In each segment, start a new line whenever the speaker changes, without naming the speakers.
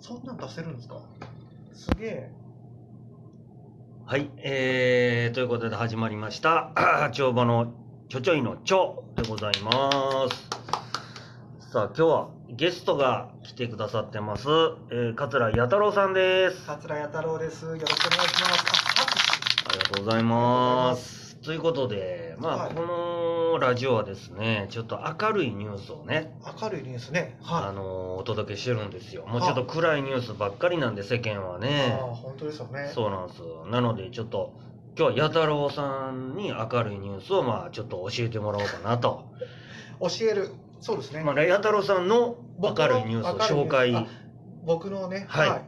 そんなん出せるんですかすげえ。
はい、えー、ということで始まりました。 あー帳場のちょちょいのちょでございます。さあ、今日はゲストが来てくださってます。えー、桂弥太郎さんです。あ
桂弥太郎です。よろしくお願いします。あ拍
りがとうございます。ということで、まあ、
はい
このラジオはですね、ちょっと明るいニュースをね、
手明るいニュースね。はい。
あ
あ
のーお届けしてるんですよ。もうちょっと暗いニュースばっかりなんで、世間はね。
あー、本当ですよね。
そうなんですよなのでちょっと今日は弥太郎さんに明るいニュースをまあちょっと教えてもらおうかなと、
教える。そうですね。
まあ、弥太郎さんの明
僕の
るいニュースを紹介
明るいニュースあ僕のね、
は
はいい。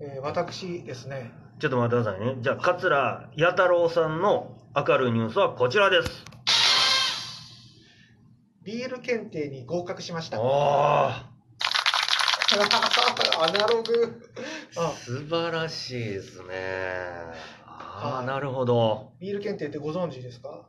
えー私ですね。
ちょっと待ってくださいねじゃあ桂弥太郎さんの明るいニュースはこちらです
ビール検定に合格しました。
あ
アナログ。
あ
あ、
素晴らしいですねあ
は
あ
い
なるほど
ビール検定ってご存知ですか？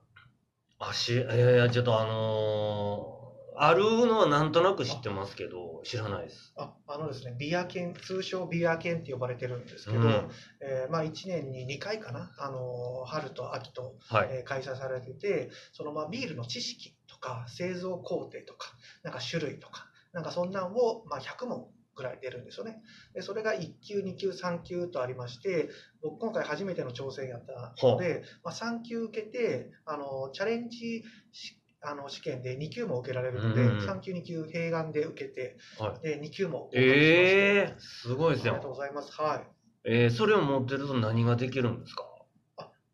足いやいやちょっとあのーあるのはなんとなく知ってますけど知らないです
あ、あのですね、ビア検、通称ビア検って呼ばれてるんですけ
う
ど、
ん
えーまあ1年に2回かな、あのー春と秋と
はい
えー開催されててそのまあビールの知識とか製造工程とかなんか種類とかなんかそんなんをまあ100問ぐらい出るんですよねでそれが1級2級3級とありまして僕今回初めての挑戦やったので、まあ、3級受けてあのチャレンジしあの試験で2級も受けられるので、
うんうん
3級2級併願で受けて、
は
で2級も合格しまして
ええー、すごいで
あ
す
り
よ
がとうございますはい
えー、それを持ってると何ができるんですか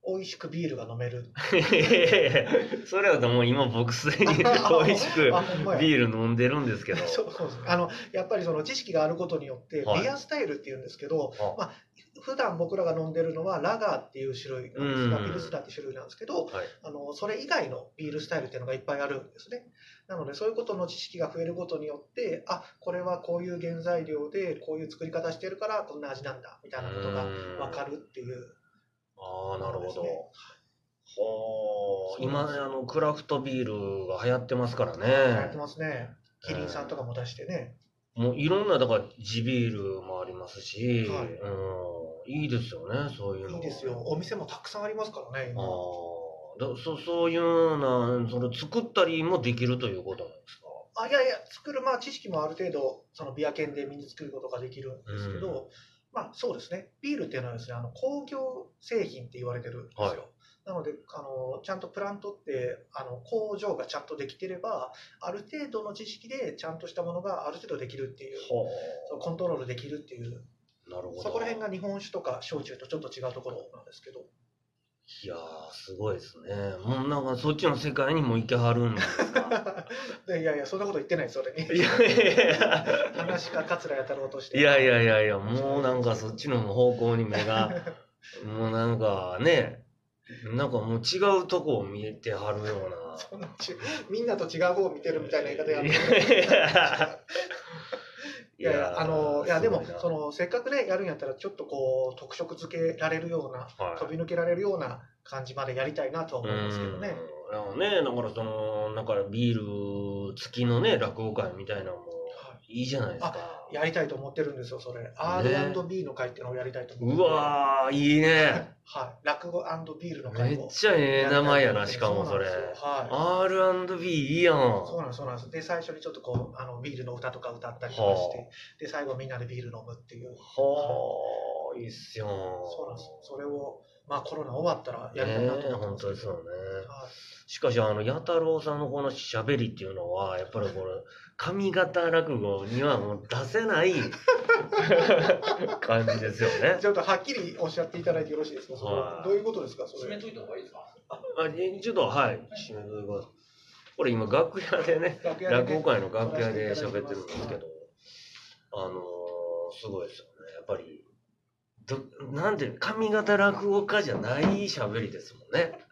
美味しくビールが飲める
それはもう今僕すでに 美味し く
あほんまや
ビール飲んでるんですけ ど。
そうそうですあのやっぱりその知識があることによって、
はい
ビアスタイルっていうんですけど
あ、
まあ、普段僕らが飲んでるのはラガーっていう種類なんですが、
うん
ピルスナーっていう種類なんですけど、
はい
あのそれ以外のビールスタイルっていうのがいっぱいあるんですねなのでそういうことの知識が増えることによってあこれはこういう原材料でこういう作り方してるからこんな味なんだみたいなことが分か
る。
るっていう
ああ、なるほ
そ
ど
うですね。そ
ほー
うな
今
んです
ねあのクラフトビールが流行ってますから
やって
ね。
ますねキリンさんとかも出してね、
もういろんなだから地ビールもありますし、
はい
うんいいですよねそういうの。
いいですよ。お店もたくさんありますからね
あ
今
あ、だそそういうようなそれ作ったりもできるということなんですか。
あいやいや作る、まあ、知識もある程度そのビア研で身につけることができるんですけど、まあそうですねビールっていうのはですねあの工業製品って言われてるんですよ、
はい
なのであのちゃんとプラントってあの工場がちゃんとできてればある程度の知識でちゃんとしたものがある程度できるっていう
ほ
そのコントロールできるっていう
うなるほど。
そこら辺が日本酒とか焼酎とちょっと違うところなんですけ ど
いやー、すごいですね。もうなんかそっちの世界にも行けはるんですか。
でいやいやそんなこと言 ってないですそれに
いやいやいや。
話し家桂弥太郎として
いやいやいやいや、もうなんかそっちの方向に目が、もうなんかね、なんかもう違うとこを見えてはるような。
そんなちみんなと違う方を見てるみたいな言い方やめて
いや
いやいや、あの、いや、でも、そ
の、
の、せっかくね、やるんやったら、ちょっとこう、特色付けられるような、
はい
飛び抜けられるような感じまでやりたいなとは思うんですけどね。
うん。なんかね、だからその、なんかビール付きのね、落語会みたいなのも
はい
いじゃないですか。
やりたいと思ってるんですよ、それ。R&B の会っていうのをやりたいと思って
う
て。
わー、いいね。
はい。落語ビールの
め
会
っ
を。
ちゃええ名前やな、しかもそれ。
うなんですよは
R&B いいやん。
い。そうなんです、そうなんです。で、最初にちょっとこう、あの、ビールの歌とか歌ったりとかして、で、最後みんなでビール飲むっていう。
はあ、いいっすよ。
そうなんです。それを、まあ、コロナ終わったらやりたい
ね
なと
え、
思って
本
ます
当ですよね。
はい
しかし、あの、弥太郎さんのこの喋りっていうのは、やっぱりこれ、上方落語にはもう出せない 感じですよね。
ちょっとはっきりおっしゃっていただいてよろしいですか、それ
は
はいどういうことですか、そ
締
れ
め。といた方がいいですか
あえちょっと、はい、締めといてくださいこれ今、楽屋でね、
楽屋
落
でね
語会の楽屋で喋ってるんですけど、あのー、すごいですよね。やっぱり、どなんていうの上方落語家じゃない喋りですもんね。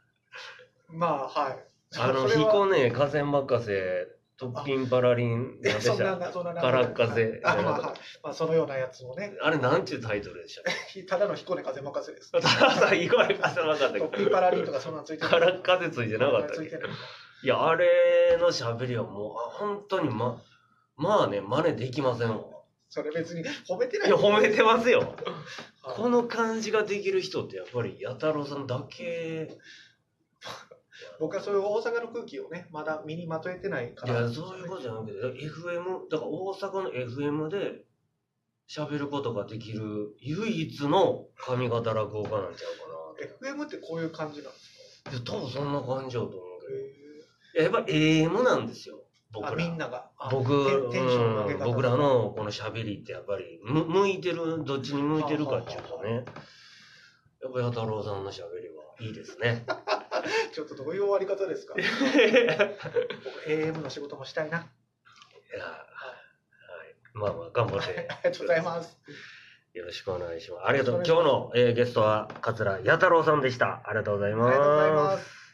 まあ、はい。
あの、
それは
彦根、河川任せ、突品パラリン、
い
なんで
や
し
そん
た
な、そんな。
空っ風
あ、まあ、はい。まあ、そのようなやつもね、
あれ、なんていうタイトルでしたっけ
ただの彦根風任せです。
ただ、彦根、河川任
ト
せ
ッ、ピーパラリンとか、そんなんついてない。
空っ風ついてなかったっ
ついて
け
ない。
いや、あれの喋りはもう、あ本当にま、まあね、真似できませんわ。
それ別に褒めてない
いや、褒めてますよ。
はい
この感じができる人ってやっぱり弥太郎さんだけ。
僕はそういう大阪の空気をねまだ身にまとえてないか
い
ら
や、そういうことじゃなくて、だから FM、だから大阪の FM で喋ることができる唯一の髪型落語家なんちゃうか
FM ってこういう感じなんです
な。いや、多分そんな感じやと思う
か
けど。いや、やっぱ AM なんですよ。僕
あ
ら。
みんながあ
僕、
テンテンションの上げ
うん
方
僕らのこの喋りってやっぱりむ向いてるどっちに向いてるかっていうとねやっぱ八太郎さんの喋りはいいで すね
ちょっとどういう終わり方ですか
い や
僕 AM の仕事もしたいな
はいまあまあ頑張っ て
ありがとうございます
よろしく お願いしますありがとう今日の、えーゲストは桂八太郎さんでしたありがとうござい
あ
ま
りがとうござい
す
ます